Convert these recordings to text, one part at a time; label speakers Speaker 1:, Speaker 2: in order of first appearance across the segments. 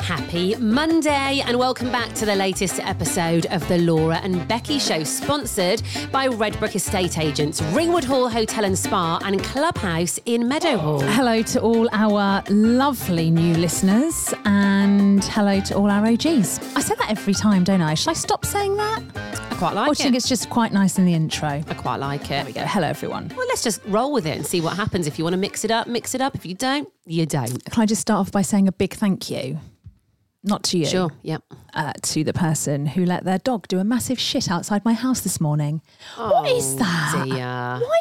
Speaker 1: Happy Monday, and welcome back to the latest episode of the Laura and Becky Show, sponsored by Redbrick Estate Agents, Ringwood Hall Hotel and Spa, and Clubhouse in Meadowhall.
Speaker 2: Hello to all our lovely new listeners and hello to all our OGs. I say that every time, don't I? Should I stop saying that?
Speaker 1: I quite like
Speaker 2: or do you think it's just quite nice in the intro?
Speaker 1: Oh, I quite like it.
Speaker 2: There we go. Hello, everyone.
Speaker 1: Well, let's just roll with it and see what happens. If you want to mix it up, mix it up. If you don't, you don't.
Speaker 2: Can I just start off by saying a big thank you? Not to you,
Speaker 1: Sure. Yep.
Speaker 2: uh, to the person who let their dog do a massive shit outside my house this morning. what is that?
Speaker 1: Oh, dear.
Speaker 2: Why?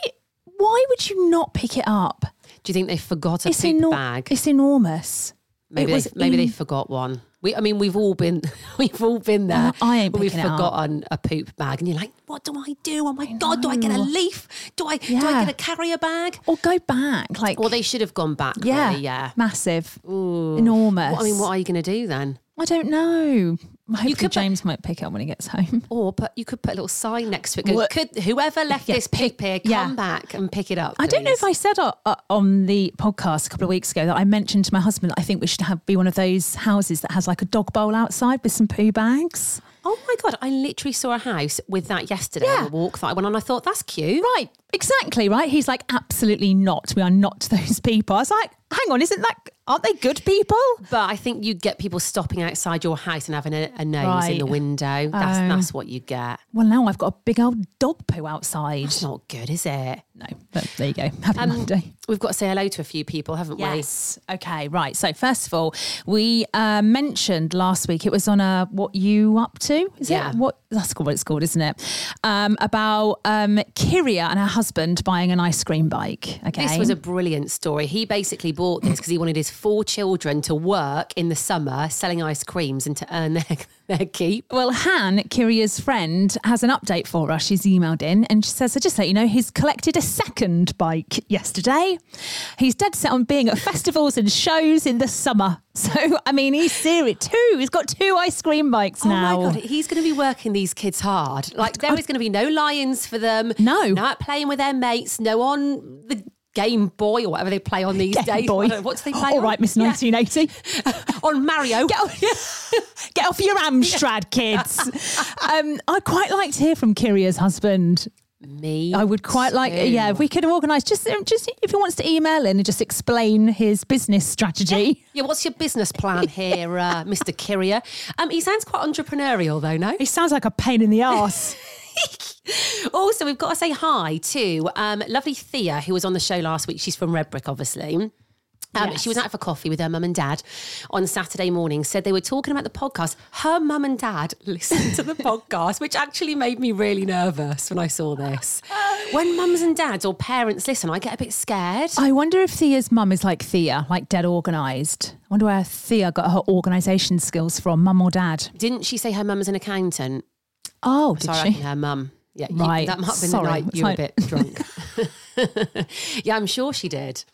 Speaker 2: Why would you not pick it up?
Speaker 1: Do you think they forgot a
Speaker 2: it's
Speaker 1: pig
Speaker 2: enor-
Speaker 1: bag?
Speaker 2: It's enormous.
Speaker 1: Maybe
Speaker 2: it
Speaker 1: they,
Speaker 2: was
Speaker 1: maybe they
Speaker 2: en-
Speaker 1: forgot one. We, I mean, we've all been we've all been there.
Speaker 2: Oh, I ain't
Speaker 1: where we've
Speaker 2: picking it up.
Speaker 1: forgotten a poop bag, and you're like, "What do I do? Oh my god! Do I get a
Speaker 2: know.
Speaker 1: leaf? Do I do I
Speaker 2: Yeah.
Speaker 1: get a carrier bag?"
Speaker 2: Or go back, like
Speaker 1: Well, they should have gone back.
Speaker 2: yeah,
Speaker 1: really, yeah.
Speaker 2: massive,
Speaker 1: Ooh.
Speaker 2: enormous.
Speaker 1: What- I mean, what are you going to do then?
Speaker 2: I don't know. Hopefully,
Speaker 1: could put-
Speaker 2: James might pick it up when he gets home.
Speaker 1: Or put, you could put a little sign next to it. go,
Speaker 2: What-
Speaker 1: Could whoever left
Speaker 2: Yeah,
Speaker 1: this pig here come
Speaker 2: yeah.
Speaker 1: back and pick it up?
Speaker 2: I don't know if
Speaker 1: please?"
Speaker 2: I said o- uh, on the podcast a couple of weeks ago that I mentioned to my husband that I think we should have be one of those houses that has like a dog bowl outside with some poo bags.
Speaker 1: Oh my god! I literally saw a house with that yesterday.
Speaker 2: Yeah.
Speaker 1: On a walk that I went on. I thought that's cute.
Speaker 2: Right, exactly. Right. He's like, absolutely not. We are not those people. I was like, hang on, isn't that? Aren't they good people?
Speaker 1: But I think you'd get people stopping outside your house and having a, a nose in the
Speaker 2: Right.
Speaker 1: window. That's
Speaker 2: Oh.
Speaker 1: that's what you get.
Speaker 2: Well, now I've got a big old dog poo outside.
Speaker 1: It's not Um, good, is it?
Speaker 2: No, but there you go. Happy Monday.
Speaker 1: We've got to say hello to a few people, haven't
Speaker 2: Yes. Okay. Right. So first of all, we uh, mentioned last week it was on a what you up to? Is
Speaker 1: Yeah.
Speaker 2: it what that's what it's called, isn't it? Um, about um, Kiria and her husband buying an ice cream bike. Okay.
Speaker 1: we? This was a brilliant story. He basically bought this because he wanted his four children to work in the summer selling ice creams and to earn their, their keep.
Speaker 2: well, Han, Kiria's friend, has an update for us. She's emailed in and she says, I just let you know he's collected a second bike yesterday. He's dead set on being at festivals and shows in the summer. So, I mean, he's serious. Two. He's got two ice cream bikes now.
Speaker 1: Oh my god, he's going to be working these kids hard. Like there is going to be no lions for them.
Speaker 2: No.
Speaker 1: no out playing with their mates. No on the Game Boy or whatever they play on these
Speaker 2: Game
Speaker 1: days.
Speaker 2: Boy.
Speaker 1: What do they play?
Speaker 2: All
Speaker 1: on?
Speaker 2: right, Miss
Speaker 1: Yeah.
Speaker 2: 1980.
Speaker 1: on Mario.
Speaker 2: Get off, get off your Amstrad, kids. um, I'd quite like to hear from Kiria's husband.
Speaker 1: Me.
Speaker 2: I would quite like, yeah, if we could organise, just, just if he wants to email in and just explain his business strategy.
Speaker 1: Yeah, what's your business plan here, uh, Mr. Kiria? Um, he sounds quite entrepreneurial, though, no?
Speaker 2: He sounds like a pain in the arse.
Speaker 1: Also, Oh, we've got to say hi to um, lovely Thea, who was on the show last week. She's from Redbrick, obviously. Um, She was out for coffee with her mum and dad on Saturday morning. Said they were talking about the podcast. Her mum and dad listened to the podcast, which actually made me really nervous when I saw this. When mums and dads or parents listen, I get a bit scared.
Speaker 2: I wonder if Thea's mum is like Thea, like dead organised. I wonder where Thea got her organisation skills from, mum or dad.
Speaker 1: Didn't she say her mum was an accountant?
Speaker 2: Oh, did
Speaker 1: So I
Speaker 2: she?
Speaker 1: reckon her mum. Yeah, you-
Speaker 2: Right.
Speaker 1: that might have been
Speaker 2: Sorry.
Speaker 1: the night you were a
Speaker 2: Sorry.
Speaker 1: bit drunk. yeah, I'm sure she did.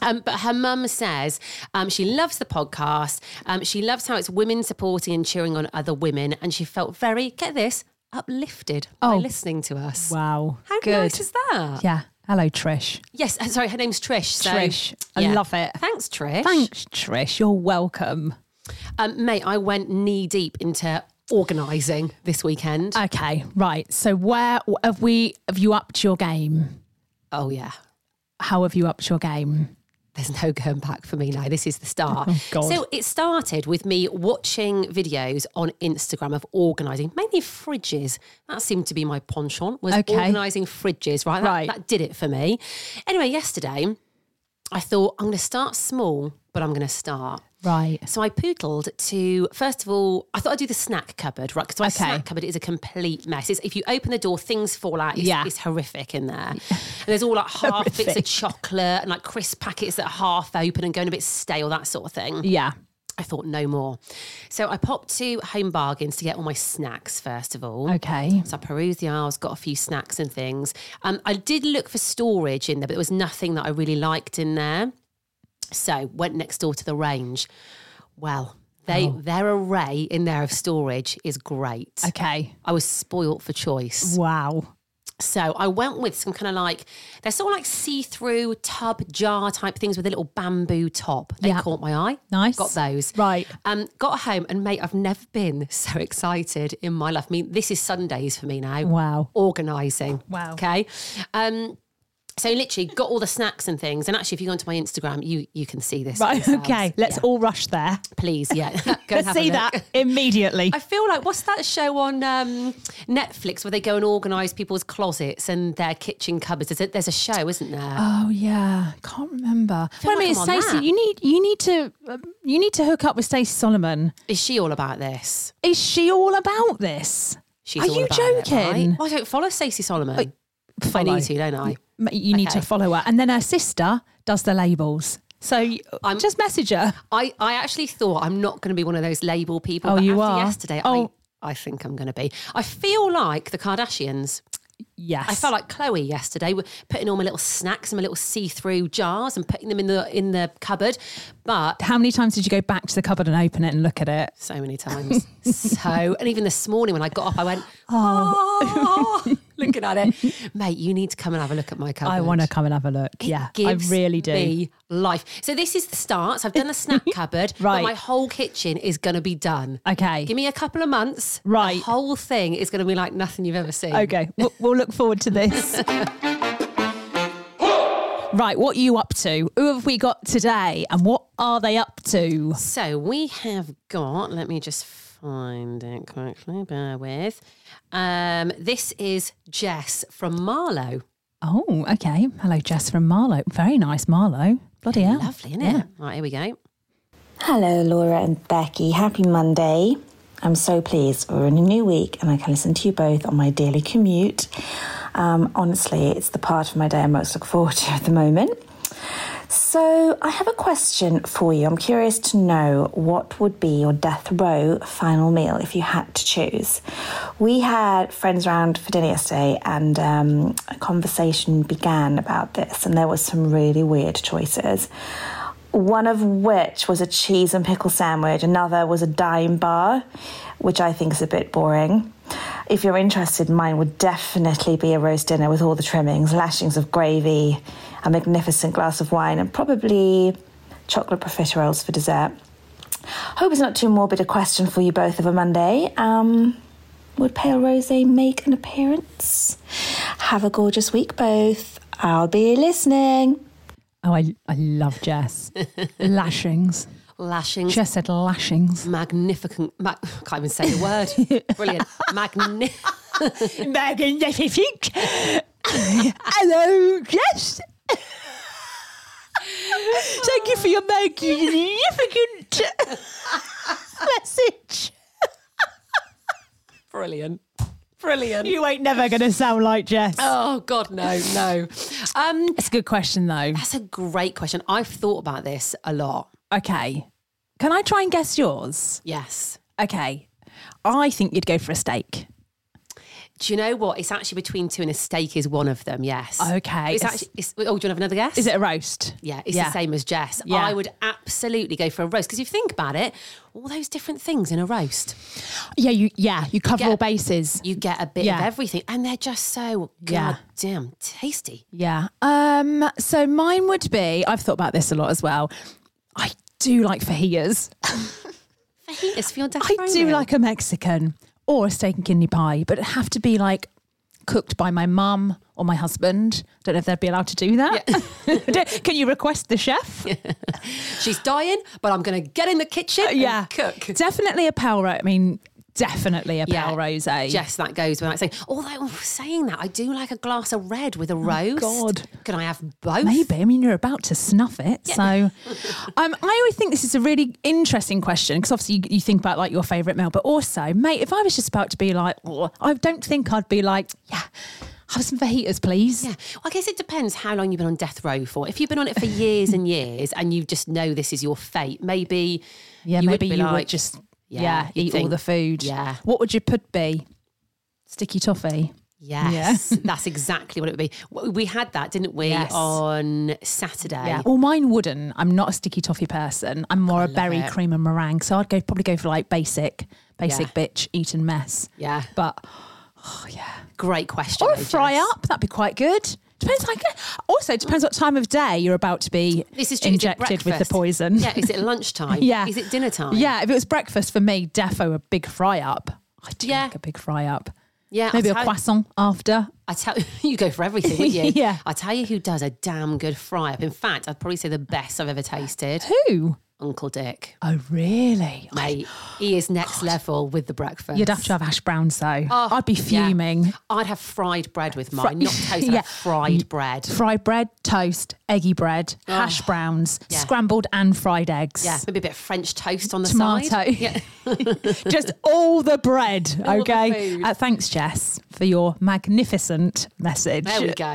Speaker 1: Um, but her mum says um, she loves the podcast. Um, she loves how it's women supporting and cheering on other women, and she felt very get this uplifted by
Speaker 2: Oh.
Speaker 1: listening to us.
Speaker 2: Wow.
Speaker 1: How
Speaker 2: Good.
Speaker 1: nice is that?
Speaker 2: Yeah. Hello, Trish.
Speaker 1: Yes, uh, sorry, her name's Trish. So,
Speaker 2: Trish. I love it.
Speaker 1: Thanks, Trish.
Speaker 2: Thanks, Trish. You're welcome.
Speaker 1: Um, mate, I went knee deep into organising this weekend.
Speaker 2: Okay, right. So where have we have you upped your game?
Speaker 1: oh, yeah.
Speaker 2: How have you upped your game?
Speaker 1: There's no going back for me now. This is the start.
Speaker 2: Oh, God.
Speaker 1: so it started with me watching videos on Instagram of organising, mainly fridges. That seemed to be my penchant was
Speaker 2: Okay.
Speaker 1: organising fridges, right? That,
Speaker 2: Right.
Speaker 1: that did it for me. Anyway, yesterday I thought I'm going to start small, but I'm going to start.
Speaker 2: Right.
Speaker 1: So I poodled to first of all, I thought I'd do the snack cupboard, right? Because my
Speaker 2: Okay.
Speaker 1: snack cupboard is a complete mess. It's, if you open the door, things fall out. It's,
Speaker 2: Yeah.
Speaker 1: it's horrific in there. And there's all like half bits of
Speaker 2: Horrific.
Speaker 1: chocolate and like crisp packets that are half open and going a bit stale, that sort of thing.
Speaker 2: Yeah.
Speaker 1: I thought no more. So I popped to Home Bargains to get all my snacks first of all.
Speaker 2: Okay.
Speaker 1: So I perused the aisles, got a few snacks and things. Um, I did look for storage in there, but there was nothing that I really liked in there. So went next door to the range. Well, they their array in there of storage is great.
Speaker 2: Oh. Okay.
Speaker 1: I was spoilt for choice.
Speaker 2: Wow.
Speaker 1: So I went with some kind of like they're sort of like see-through tub jar type things with a little bamboo top. They
Speaker 2: Yeah.
Speaker 1: caught my eye.
Speaker 2: Nice.
Speaker 1: Got those.
Speaker 2: Right.
Speaker 1: Um, got home and mate, I've never been so excited in my life. I mean, this is Sundays for me now.
Speaker 2: Wow.
Speaker 1: Organising.
Speaker 2: Wow.
Speaker 1: Okay. Um, so literally got all the snacks and things. And actually, if you go onto my Instagram, you you can see this. for
Speaker 2: Right.
Speaker 1: yourselves.
Speaker 2: Okay. Let's
Speaker 1: Yeah.
Speaker 2: all rush there.
Speaker 1: please, yeah. Go and
Speaker 2: Let's
Speaker 1: have a
Speaker 2: see
Speaker 1: look.
Speaker 2: that immediately.
Speaker 1: I feel like what's that show on um, Netflix where they go and organise people's closets and their kitchen cupboards? There's a, there's a show, isn't there?
Speaker 2: Oh yeah, can't remember.
Speaker 1: feel
Speaker 2: Wait a
Speaker 1: like
Speaker 2: minute,
Speaker 1: I'm on
Speaker 2: Stacey.
Speaker 1: that.
Speaker 2: You need you need to um, you need to hook up with Stacey Solomon.
Speaker 1: Is she all about this?
Speaker 2: Is she all about this?
Speaker 1: She's
Speaker 2: Are
Speaker 1: all
Speaker 2: you
Speaker 1: about it,
Speaker 2: joking?
Speaker 1: right? I don't follow Stacey Solomon. I
Speaker 2: Follow.
Speaker 1: need to, don't I?
Speaker 2: M- You need
Speaker 1: Okay.
Speaker 2: to follow her, and then her sister does the labels. So you-
Speaker 1: I'm-
Speaker 2: just message her.
Speaker 1: I, I actually thought I'm not going to be one of those label people.
Speaker 2: Oh,
Speaker 1: but
Speaker 2: you
Speaker 1: after
Speaker 2: are?
Speaker 1: Yesterday,
Speaker 2: Oh.
Speaker 1: I, I think I'm going to be. I feel like the Kardashians.
Speaker 2: Yes,
Speaker 1: I felt like Chloe yesterday, were putting all my little snacks in my little see-through jars and putting them in the in the cupboard. But
Speaker 2: How many times did you go back to the cupboard and open it and look at it?
Speaker 1: so many times. so, and even this morning when I got up, I went,
Speaker 2: Oh.
Speaker 1: oh, looking at it. Mate, you need to come and have a look at my cupboard.
Speaker 2: I want to come and have a look. yeah, I
Speaker 1: Oh, Gives
Speaker 2: really do.
Speaker 1: Me life. So this is the start. So I've done the snack cupboard.
Speaker 2: Right.
Speaker 1: But my whole kitchen is going to be done.
Speaker 2: Okay.
Speaker 1: Give me a couple of months.
Speaker 2: Right.
Speaker 1: The whole thing is going to be like nothing you've ever seen.
Speaker 2: Okay, we'll, we'll look forward to this. right, what are you up to? Who have we got today, and what are they up to?
Speaker 1: So we have got, let me just find it quickly, bear with. Um, this is Jess from Marlow.
Speaker 2: Oh, okay. Hello, Jess from Marlow. Very nice, Marlow. Bloody hell.
Speaker 1: Lovely, isn't it? Right, here we go.
Speaker 3: Hello, Laura and Becky. Happy Monday. I'm so pleased we're in a new week and I can listen to you both on my daily commute. Um, honestly, it's the part of my day I most look forward to at the moment. So, I have a question for you. I'm curious to know what would be your death row final meal if you had to choose. We had friends round for dinner yesterday, and um, a conversation began about this, and there was some really weird choices one of which was a cheese and pickle sandwich, another was a dime bar, which I think is a bit boring. If you're interested, mine would definitely be a roast dinner with all the trimmings, lashings of gravy, a magnificent glass of wine, and probably chocolate profiteroles for dessert. Hope it's not too morbid a question for you both of a Monday. Um, would pale rose make an appearance? Have a gorgeous week, both. I'll be listening.
Speaker 2: Oh, I, I love Jess. lashings.
Speaker 1: Lashing
Speaker 2: Jess said lashings.
Speaker 1: magnificent. Ma- I can't even say the word. Brilliant. Magni-
Speaker 2: Magnifique. Hello, Jess. Thank you for your magnificent message.
Speaker 1: Brilliant. Brilliant.
Speaker 2: You ain't never going to sound like Jess.
Speaker 1: Oh God, no, no. Um,
Speaker 2: That's a good question, though.
Speaker 1: that's a great question. I've thought about this a lot.
Speaker 2: Okay. Can I try and guess yours?
Speaker 1: Yes.
Speaker 2: Okay. I think you'd go for a steak.
Speaker 1: Do you know what? It's actually between two, and a steak is one of them. Yes.
Speaker 2: Okay.
Speaker 1: It's
Speaker 2: It's-
Speaker 1: actually. It's, oh, do you want to have another guess?
Speaker 2: Is it a roast?
Speaker 1: Yeah, it's the same as Jess.
Speaker 2: Yeah.
Speaker 1: I would absolutely go for a roast because if you think about it, all those different things in a roast,
Speaker 2: Yeah, you yeah, you cover
Speaker 1: Get-
Speaker 2: all bases.
Speaker 1: you get a bit of
Speaker 2: Yeah.
Speaker 1: everything, and they're just so
Speaker 2: Yeah.
Speaker 1: goddamn tasty.
Speaker 2: Yeah. Um, so mine would be, I've thought about this a lot as well. I do like fajitas.
Speaker 1: Fajitas for your
Speaker 2: I do like a Mexican or a steak and kidney pie, but it'd have to be like cooked by my mum or my husband. Don't know if they'd be allowed to do that. Don't- Can you request the chef?
Speaker 1: She's dying, but I'm going to get in the kitchen.
Speaker 2: Yeah.
Speaker 1: and cook.
Speaker 2: Definitely a pale ro I mean, definitely a pale rosé.
Speaker 1: Yes, that goes without saying. Although saying that, I do like a glass of red with a roast.
Speaker 2: Oh God.
Speaker 1: can I have both?
Speaker 2: Maybe. I mean, you're about to snuff it. So um, I always think this is a really interesting question because obviously you, you think about like your favourite meal, but also, mate, if I was just about to be like, "Oh," I don't think I'd be like, yeah, have some fajitas, please.
Speaker 1: Yeah. Well, I guess it depends how long you've been on death row for. If you've been on it for years and years and you just know this is your fate, maybe
Speaker 2: Yeah,
Speaker 1: you would
Speaker 2: maybe
Speaker 1: be
Speaker 2: you
Speaker 1: like,
Speaker 2: would just,
Speaker 1: yeah,
Speaker 2: yeah,
Speaker 1: you'd
Speaker 2: eat all
Speaker 1: think-
Speaker 2: the food.
Speaker 1: yeah.
Speaker 2: What would your pud be? Sticky toffee.
Speaker 1: Yes, that's exactly what it would be. W- We had that, didn't we,
Speaker 2: Yes.
Speaker 1: on Saturday?
Speaker 2: Yeah. Well, mine wouldn't. I'm not a sticky toffee person. I'm more a berry
Speaker 1: it.
Speaker 2: cream and meringue. So I'd go probably go for like basic, basic
Speaker 1: Yeah.
Speaker 2: bitch, eat and mess.
Speaker 1: Yeah.
Speaker 2: But
Speaker 1: Great question.
Speaker 2: Or a
Speaker 1: though,
Speaker 2: fry
Speaker 1: Jess.
Speaker 2: up. That'd be quite good. Depends. Like, also depends what time of day you're about to be
Speaker 1: This is true. Is it
Speaker 2: injected with the
Speaker 1: breakfast?
Speaker 2: poison.
Speaker 1: Yeah, is it lunchtime?
Speaker 2: yeah.
Speaker 1: Is it dinner time?
Speaker 2: Yeah. If it was breakfast for me, defo a big fry up. I do
Speaker 1: Yeah.
Speaker 2: like a big fry up.
Speaker 1: Yeah,
Speaker 2: Maybe
Speaker 1: I'll
Speaker 2: a
Speaker 1: tell-
Speaker 2: croissant after.
Speaker 1: I tell you go for everything, would you?
Speaker 2: Yeah.
Speaker 1: I tell you who does a damn good fry up. In fact, I'd probably say the best I've ever tasted.
Speaker 2: Who?
Speaker 1: Uncle Dick.
Speaker 2: Oh, really?
Speaker 1: Mate, he is next level with the breakfast.
Speaker 2: You'd have to have ash browns though. I'd be
Speaker 1: Oh, Yeah.
Speaker 2: fuming.
Speaker 1: I'd have fried bread with mine,
Speaker 2: Fri-
Speaker 1: not toast. I'd have
Speaker 2: Yeah.
Speaker 1: fried bread.
Speaker 2: Fried bread, toast, eggy bread, hash browns,
Speaker 1: Oh. Yeah.
Speaker 2: scrambled and fried eggs.
Speaker 1: Yeah, maybe a bit of French toast on the
Speaker 2: Tomato.
Speaker 1: side. Yeah.
Speaker 2: Just all the bread.
Speaker 1: All the
Speaker 2: okay.
Speaker 1: food.
Speaker 2: Uh, thanks, Jess, for your magnificent message.
Speaker 1: There we go.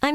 Speaker 4: I'm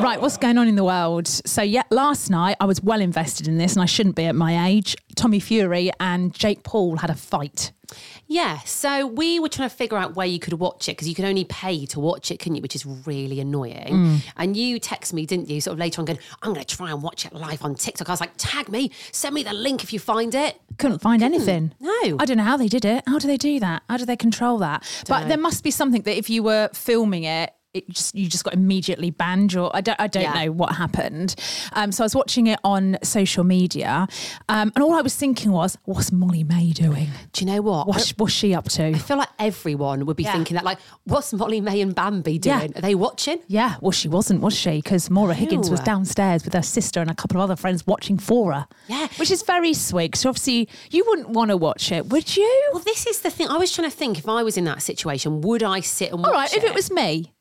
Speaker 2: Right, what's going on in the world? So, yeah, last night I was well invested in this and I shouldn't be at my age. Tommy Fury and Jake Paul had a fight.
Speaker 1: Yeah, so we were trying to figure out where you could watch it because you can only pay to watch it, couldn't you? Which is really annoying.
Speaker 2: Mm.
Speaker 1: And you text me, didn't you? Sort of later on, going, "I'm going to try and watch it live on TikTok." I was like, "Tag me, send me the link if you find it."
Speaker 2: Couldn't find
Speaker 1: Hmm.
Speaker 2: anything.
Speaker 1: no.
Speaker 2: I don't know how they did it. How do they do that? How do they control that? but there must be something that if you were filming it, it just you just got immediately banned or I don't I don't
Speaker 1: Yeah.
Speaker 2: know what happened. Um, so I was watching it on social media, um, and all I was thinking was, what's Molly May doing?
Speaker 1: Do you know what?
Speaker 2: What's, what's she up to?
Speaker 1: I feel like everyone would be thinking that, like, "What's Molly May and Bambi
Speaker 2: Yeah.
Speaker 1: doing? Are they watching?"
Speaker 2: Yeah, well, she wasn't, was she? Because Maura Higgins was
Speaker 1: No.
Speaker 2: downstairs with her sister and a couple of other friends watching for her.
Speaker 1: Yeah.
Speaker 2: Which is very sweet. So obviously, you wouldn't want to watch it, would you?
Speaker 1: Well, this is the thing. I was trying to think if I was in that situation, would I sit and watch
Speaker 2: All right, if it was me,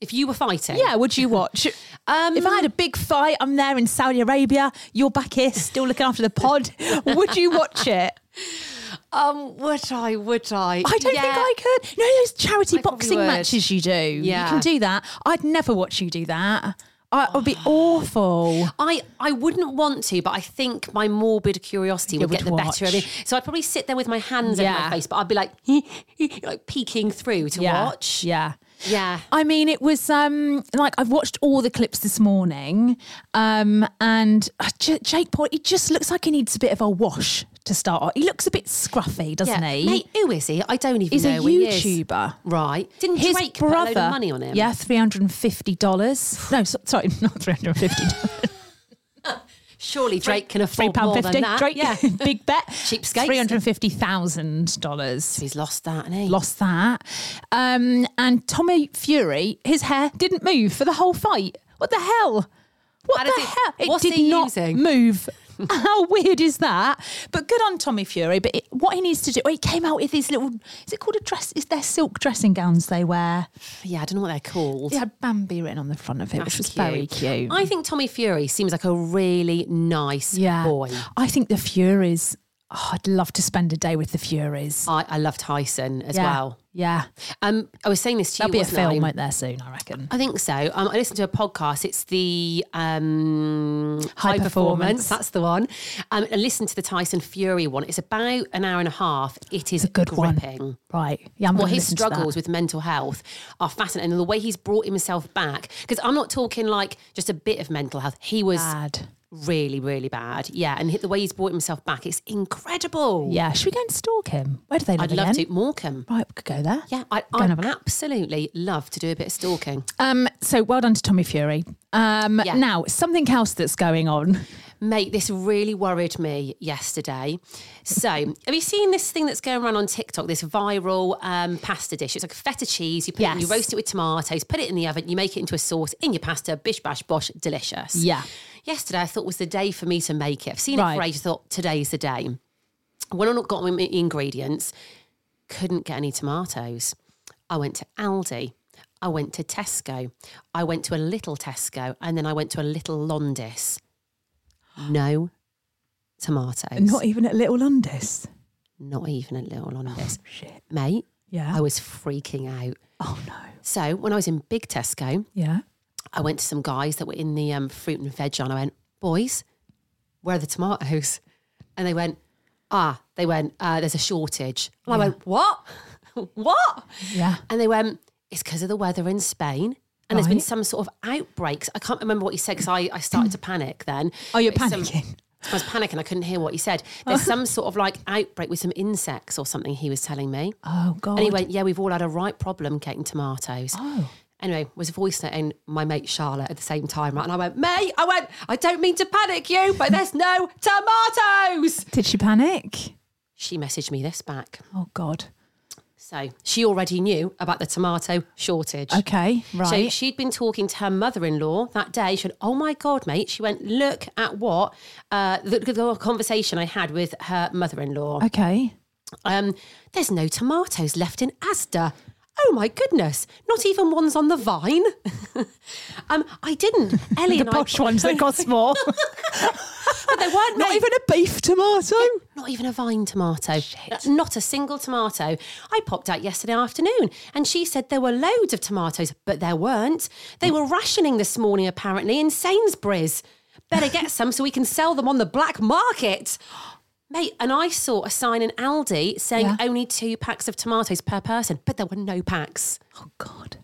Speaker 1: if you were fighting?
Speaker 2: yeah, would you watch?
Speaker 1: Um,
Speaker 2: if I had a big fight, I'm there in Saudi Arabia, you're back here still looking after the pod, would you watch it?
Speaker 1: Um, would I? Would I?
Speaker 2: I don't think
Speaker 1: Yeah.
Speaker 2: I could. You know those charity
Speaker 1: I probably
Speaker 2: boxing
Speaker 1: would.
Speaker 2: matches you do?
Speaker 1: Yeah.
Speaker 2: You can do that. I'd never watch you do that. I, it would be awful.
Speaker 1: I, I wouldn't want to, but I think my morbid curiosity would
Speaker 2: would
Speaker 1: get the better of
Speaker 2: watch.
Speaker 1: it. So I'd probably sit there with my hands over
Speaker 2: Yeah.
Speaker 1: my face, but I'd be like, like peeking through to
Speaker 2: yeah.
Speaker 1: watch.
Speaker 2: Yeah.
Speaker 1: Yeah.
Speaker 2: I mean, it was um like I've watched all the clips this morning, um, and uh, J- Jake Paul, he just looks like he needs a bit of a wash to start. off. He looks a bit scruffy, doesn't he?
Speaker 1: Mate, who is he? I don't even
Speaker 2: He's
Speaker 1: know.
Speaker 2: a
Speaker 1: who he is.
Speaker 2: YouTuber.
Speaker 1: Right. Didn't
Speaker 2: His
Speaker 1: Drake put a
Speaker 2: brother,
Speaker 1: load of money on him?
Speaker 2: Yeah, three hundred and fifty dollars. No, so, sorry, not three hundred and fifty.
Speaker 1: Surely Drake can
Speaker 2: Three
Speaker 1: afford
Speaker 2: pound
Speaker 1: more
Speaker 2: fifty.
Speaker 1: than that.
Speaker 2: Drake,
Speaker 1: Yeah.
Speaker 2: big bet.
Speaker 1: Cheapskates.
Speaker 2: Three hundred and fifty thousand dollars.
Speaker 1: He's lost that, hasn't he?
Speaker 2: lost that. Um, and Tommy Fury, his hair didn't move for the whole fight. What the hell? What
Speaker 1: How
Speaker 2: the
Speaker 1: does it-
Speaker 2: hell? It
Speaker 1: what's
Speaker 2: did
Speaker 1: he
Speaker 2: not
Speaker 1: using?
Speaker 2: move. How weird is that? But good on Tommy Fury. But it, what he needs to do, well, he came out with these little. Is it called a dress? Is there silk dressing gowns they wear?
Speaker 1: Yeah, I don't know what they're called.
Speaker 2: It had Bambi written on the front of it, which was very cute.
Speaker 1: I think Tommy Fury seems like a really nice
Speaker 2: yeah,
Speaker 1: boy.
Speaker 2: I think the Furies. oh, I'd love to spend a day with the Furies
Speaker 1: I, I love Tyson as
Speaker 2: yeah.
Speaker 1: well.
Speaker 2: Yeah,
Speaker 1: Um, I was saying this to
Speaker 2: there'll
Speaker 1: you.
Speaker 2: be a
Speaker 1: wasn't
Speaker 2: film
Speaker 1: I?
Speaker 2: out there soon, I reckon.
Speaker 1: I think so. Um, I listened to a podcast. It's the um,
Speaker 2: High Performance.
Speaker 1: That's the one. Um, I listened to the Tyson Fury one. It's about an hour and a half. It is
Speaker 2: It's a good
Speaker 1: gripping.
Speaker 2: one, right? Yeah, I'm
Speaker 1: well,
Speaker 2: gonna
Speaker 1: his
Speaker 2: listen to that.
Speaker 1: struggles with mental health are fascinating. And the way he's brought himself back, because I'm not talking like just a bit of mental health. He was
Speaker 2: Bad.
Speaker 1: really, really bad. Yeah. And the way he's brought himself back, it's incredible.
Speaker 2: Yeah, should we go and stalk him? Where do they live
Speaker 1: I'd love
Speaker 2: again?
Speaker 1: to. Morecambe.
Speaker 2: Right, we could go there.
Speaker 1: Yeah. I,
Speaker 2: and
Speaker 1: I
Speaker 2: have a look.
Speaker 1: absolutely love to do a bit of stalking.
Speaker 2: Um, so well done to Tommy Fury. Um,
Speaker 1: Yeah.
Speaker 2: Now, something else that's going on.
Speaker 1: Mate, this really worried me yesterday. So, have you seen this thing that's going around on TikTok? This viral um, pasta dish. It's like feta cheese. You put it, in- you
Speaker 2: Yes.
Speaker 1: roast it with tomatoes, put it in the oven, you make it into a sauce in your pasta. Bish bash bosh, delicious.
Speaker 2: Yeah.
Speaker 1: Yesterday, I thought was the day for me to make it. I've seen it for
Speaker 2: Right.
Speaker 1: ages. Thought today's the day. When I got my ingredients, couldn't get any tomatoes. I went to Aldi. I went to Tesco. I went to a little Tesco, and then I went to a little Londis. No tomatoes.
Speaker 2: Not e- even at Little Londis.
Speaker 1: Not even a little Londis,
Speaker 2: Oh, Shit.
Speaker 1: mate.
Speaker 2: Yeah.
Speaker 1: I was freaking out.
Speaker 2: Oh no.
Speaker 1: So when I was in Big Tesco,
Speaker 2: Yeah.
Speaker 1: I went to some guys that were in the um, fruit and veg aisle. and I went, boys, where are the tomatoes? And they went, ah, they went, uh, there's a shortage. And I went, what? what?
Speaker 2: Yeah.
Speaker 1: And they went, it's because of the weather in Spain. And there's been
Speaker 2: Right.
Speaker 1: some sort of outbreaks. I can't remember what he said because I, I started to panic then.
Speaker 2: Oh, you're
Speaker 1: But some-
Speaker 2: panicking.
Speaker 1: I was panicking. I couldn't hear what he said. There's some sort of like outbreak with some insects or something he was telling me.
Speaker 2: Oh god.
Speaker 1: And he went, Yeah, we've all had a right problem getting tomatoes.
Speaker 2: Oh.
Speaker 1: Anyway, was voice noting my mate Charlotte at the same time, right? And I went, Mate, I went, I don't mean to panic you, but there's no tomatoes.
Speaker 2: Did she panic?
Speaker 1: She messaged me this back.
Speaker 2: Oh god.
Speaker 1: So she already knew about the tomato shortage.
Speaker 2: Okay.
Speaker 1: So
Speaker 2: Right.
Speaker 1: she'd been talking to her mother-in-law that day. She went, "Oh my god, mate!" She went, "Look at what uh, the, the conversation I had with her mother-in-law.
Speaker 2: okay.
Speaker 1: Um, there's no tomatoes left in Asda. Oh my goodness! Not even ones on the vine. um, I didn't. Ellie
Speaker 2: The
Speaker 1: and
Speaker 2: posh
Speaker 1: I,
Speaker 2: ones that cost more.
Speaker 1: but there weren't
Speaker 2: Not
Speaker 1: many.
Speaker 2: even a beef tomato.
Speaker 1: Not even a vine tomato. Uh, Not a single tomato. I popped out yesterday afternoon and she said there were loads of tomatoes, but there weren't. They were rationing this morning, apparently, in Sainsbury's. Better get some so we can sell them on the black market. Mate, and I saw a sign in Aldi saying
Speaker 2: Yeah.
Speaker 1: only two packs of tomatoes per person, but there were no packs.
Speaker 2: Oh god.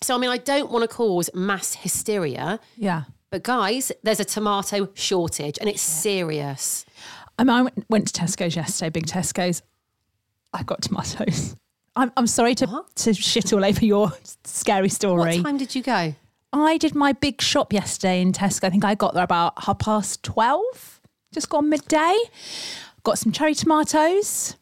Speaker 1: So, I mean, I don't want to cause mass hysteria,
Speaker 2: Yeah.
Speaker 1: but guys, there's a tomato shortage and it's serious.
Speaker 2: I mean, I went, went to Tesco's yesterday, big Tesco's. I got tomatoes. I'm, I'm sorry to, to shit all over your scary story.
Speaker 1: What time did you go?
Speaker 2: I did my big shop yesterday in Tesco. I think I got there about half past 12, just gone midday. Got some cherry tomatoes.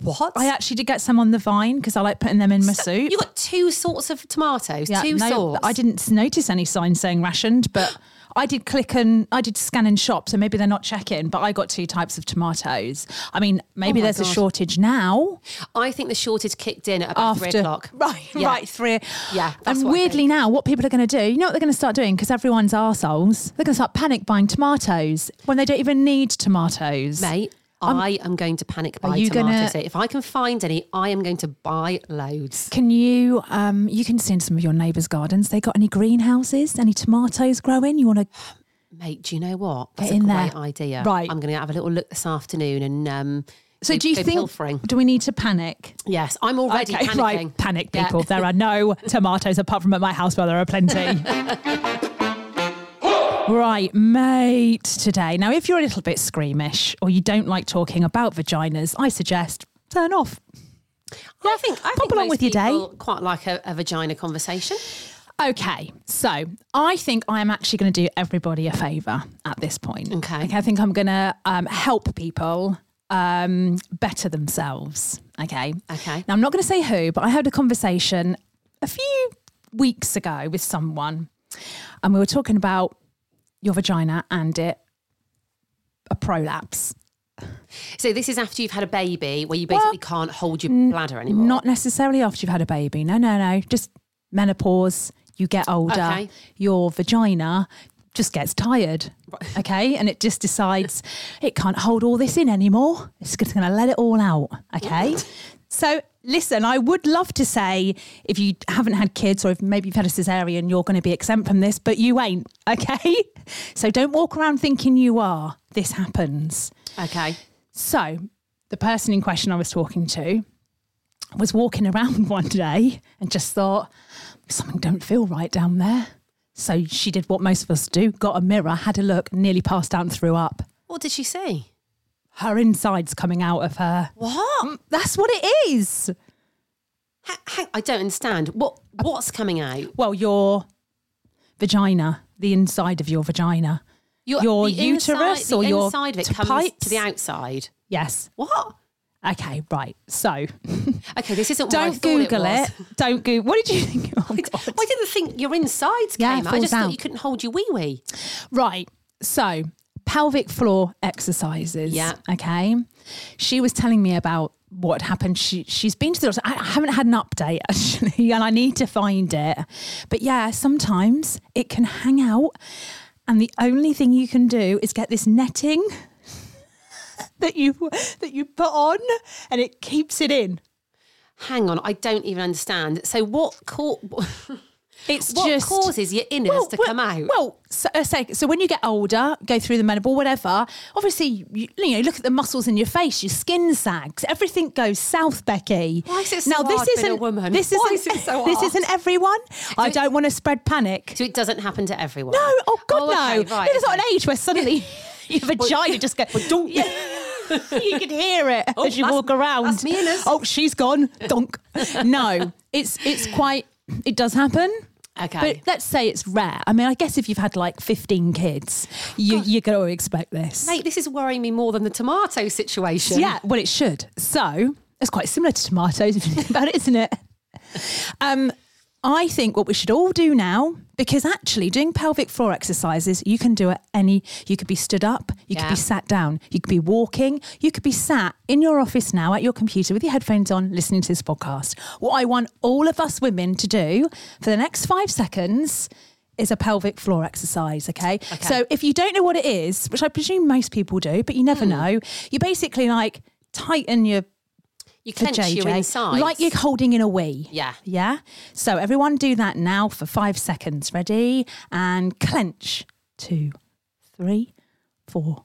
Speaker 1: What?
Speaker 2: I actually did get some on the vine because I like putting them in my soup.
Speaker 1: You got two sorts of tomatoes,
Speaker 2: Yeah,
Speaker 1: two
Speaker 2: no,
Speaker 1: sorts.
Speaker 2: I didn't notice any sign saying rationed, but I did click and I did scan and shop, so maybe they're not checking. But I got two types of tomatoes. I mean, maybe
Speaker 1: Oh my
Speaker 2: there's a
Speaker 1: God.
Speaker 2: shortage now
Speaker 1: I think the shortage kicked in at about
Speaker 2: after
Speaker 1: three o'clock.
Speaker 2: Right,
Speaker 1: Yeah.
Speaker 2: right, three.
Speaker 1: Yeah, that's
Speaker 2: And
Speaker 1: what I
Speaker 2: weirdly
Speaker 1: think.
Speaker 2: now, what people are going to do, you know what they're going to start doing? Because everyone's arseholes. They're going to start panic buying tomatoes when they don't even need tomatoes.
Speaker 1: Mate, I am going to panic buy
Speaker 2: you gonna-
Speaker 1: tomatoes. If I can find any, I am going to buy loads.
Speaker 2: Can you, um, you can see in some of your neighbours' gardens, they got any greenhouses, any tomatoes growing? You want to,
Speaker 1: Mate, do you know what? That's
Speaker 2: Get in
Speaker 1: a
Speaker 2: there.
Speaker 1: great idea.
Speaker 2: Right.
Speaker 1: I'm going to have a little look this afternoon and um,
Speaker 2: So
Speaker 1: They-
Speaker 2: do you
Speaker 1: they're
Speaker 2: think?
Speaker 1: pilfering.
Speaker 2: Do we need to panic?
Speaker 1: Yes, I'm already panicking.
Speaker 2: right. Panic,
Speaker 1: Yeah.
Speaker 2: people. There are no tomatoes apart from at my house where there are plenty. Right, mate, today. Now, if you're a little bit squeamish or you don't like talking about vaginas, I suggest turn off.
Speaker 1: I think I
Speaker 2: Pop
Speaker 1: think
Speaker 2: along
Speaker 1: most
Speaker 2: with your day.
Speaker 1: people Quite like a, a vagina conversation.
Speaker 2: Okay, so I think I am actually going to do everybody a favour at this point.
Speaker 1: Okay.
Speaker 2: I think I'm going to um, help people um, better themselves. Okay.
Speaker 1: Okay.
Speaker 2: Now, I'm not going to say who, but I had a conversation a few weeks ago with someone, and we were talking about your vagina and it a prolapse.
Speaker 1: So this is after you've had a baby, where you basically can't hold your bladder anymore.
Speaker 2: Not necessarily after you've had a baby. No, no, no. Just menopause. You get older.
Speaker 1: Okay.
Speaker 2: Your vagina just gets tired. Okay. And it just decides it can't hold all this in anymore. It's just going to let it all out. Okay. So, listen, I would love to say if you haven't had kids or if maybe you've had a cesarean, you're going to be exempt from this, but you ain't. Okay. So, don't walk around thinking you are. This happens.
Speaker 1: okay.
Speaker 2: So, the person in question I was talking to was walking around one day and just thought, something don't feel right down there. So she did what most of us do, got a mirror, had a look, nearly passed out and threw up.
Speaker 1: What did she say?
Speaker 2: Her insides coming out of her. Mm,
Speaker 1: What?
Speaker 2: That's what it is.
Speaker 1: Ha- ha- I don't understand. What what's coming out?
Speaker 2: Well, your vagina, the inside of your vagina. Your
Speaker 1: the
Speaker 2: uterus
Speaker 1: inside,
Speaker 2: or
Speaker 1: the
Speaker 2: your
Speaker 1: inside of it
Speaker 2: t-
Speaker 1: comes
Speaker 2: pipes?
Speaker 1: to the outside.
Speaker 2: Yes.
Speaker 1: What?
Speaker 2: Okay, right. So
Speaker 1: Okay, this isn't. what I
Speaker 2: don't
Speaker 1: thought
Speaker 2: Google
Speaker 1: it.
Speaker 2: it.
Speaker 1: was.
Speaker 2: Don't Google. What did you think? Oh, God.
Speaker 1: I didn't think your insides
Speaker 2: Yeah,
Speaker 1: came
Speaker 2: it
Speaker 1: out. I just
Speaker 2: falls
Speaker 1: thought
Speaker 2: out.
Speaker 1: you couldn't hold your wee wee.
Speaker 2: Right. So, pelvic floor exercises.
Speaker 1: Yeah.
Speaker 2: Okay. She was telling me about what happened. She she's been to the doctor. I I haven't had an update actually, and I need to find it. But yeah, sometimes it can hang out, and the only thing you can do is get this netting that you that you put on, and it keeps it in.
Speaker 1: Hang on, I don't even understand. So what? Co-
Speaker 2: It's
Speaker 1: What
Speaker 2: just
Speaker 1: causes your innards to come out?
Speaker 2: Well, so, uh, so, so when you get older, go through the menopause, whatever. Obviously, you, you know, look at the muscles in your face, your skin sags, everything goes south, Becky.
Speaker 1: Why is it so hard being a woman?
Speaker 2: This
Speaker 1: Why
Speaker 2: isn't,
Speaker 1: is it so
Speaker 2: This
Speaker 1: hard?
Speaker 2: isn't everyone. I don't want to spread panic.
Speaker 1: so it doesn't happen to everyone.
Speaker 2: No, oh God,
Speaker 1: okay,
Speaker 2: no.
Speaker 1: Right,
Speaker 2: There's not
Speaker 1: okay.
Speaker 2: an age where suddenly your vagina just goes.
Speaker 1: don't-
Speaker 2: Yeah. you can hear it
Speaker 1: Oh,
Speaker 2: as you
Speaker 1: that's-
Speaker 2: walk around.
Speaker 1: that's me, Innes.
Speaker 2: Oh, she's gone. Donk. no, it's it's quite. It does happen.
Speaker 1: Okay.
Speaker 2: But let's say it's rare. I mean, I guess if you've had like 15 kids, you, you're going to expect this.
Speaker 1: Mate, this is worrying me more than the tomato situation.
Speaker 2: Yeah, well, it should. So it's quite similar to tomatoes, if you think about it, isn't it? Um, I think what we should all do now, because actually doing pelvic floor exercises, you can do it any, you could be stood up, you could
Speaker 1: Yeah.
Speaker 2: be sat down, you could be walking, you could be sat in your office now at your computer with your headphones on, listening to this podcast. What I want all of us women to do for the next five seconds is a pelvic floor exercise, okay? So if you don't know what it is, which I presume most people do, but you never know, you basically like tighten your
Speaker 1: you
Speaker 2: for
Speaker 1: clench your
Speaker 2: JJ,
Speaker 1: insides.
Speaker 2: Like you're holding in a wee.
Speaker 1: Yeah.
Speaker 2: Yeah. So everyone do that now for five seconds. Ready? And clench. Two, three, four,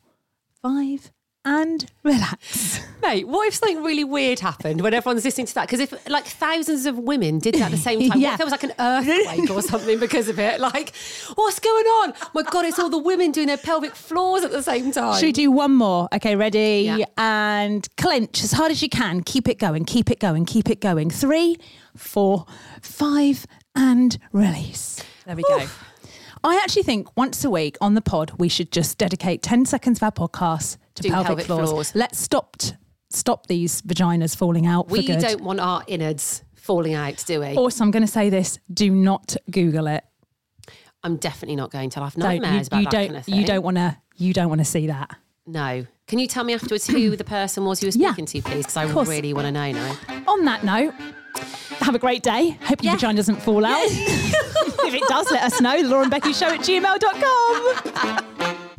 Speaker 2: five, and relax.
Speaker 1: Mate, what if something really weird happened when everyone's listening to that? Because if like thousands of women did that at the same time,
Speaker 2: Yeah.
Speaker 1: what if there was like an earthquake or something because of it? Like, what's going on? My God, it's all the women doing their pelvic floors at the same time.
Speaker 2: Should we do one more? Okay, ready?
Speaker 1: Yeah.
Speaker 2: And clench as hard as you can. Keep it going, keep it going, keep it going. Three, four, five, and release. There we go. I actually think once a week on the pod, we should just dedicate 10 seconds of our podcast to
Speaker 1: Do
Speaker 2: pelvic,
Speaker 1: pelvic
Speaker 2: floors.
Speaker 1: floors.
Speaker 2: Let's stop, t- stop these vaginas falling out
Speaker 1: we
Speaker 2: for good.
Speaker 1: don't want our innards falling out, do we?
Speaker 2: also, I'm going to say this do not Google it.
Speaker 1: I'm definitely not going to have
Speaker 2: Don't, you,
Speaker 1: nightmares about
Speaker 2: you
Speaker 1: that
Speaker 2: don't,
Speaker 1: kind of thing.
Speaker 2: you don't want to, you don't want to see that.
Speaker 1: No. Can you tell me afterwards who the person was you were
Speaker 2: Yeah.
Speaker 1: speaking to, please? Because
Speaker 2: Of
Speaker 1: I
Speaker 2: course.
Speaker 1: really want to know now.
Speaker 2: On that note, have a great day. Hope your
Speaker 1: Yeah.
Speaker 2: vagina doesn't fall out. if it does, let us know. Lauren Becky Show at gmail.com.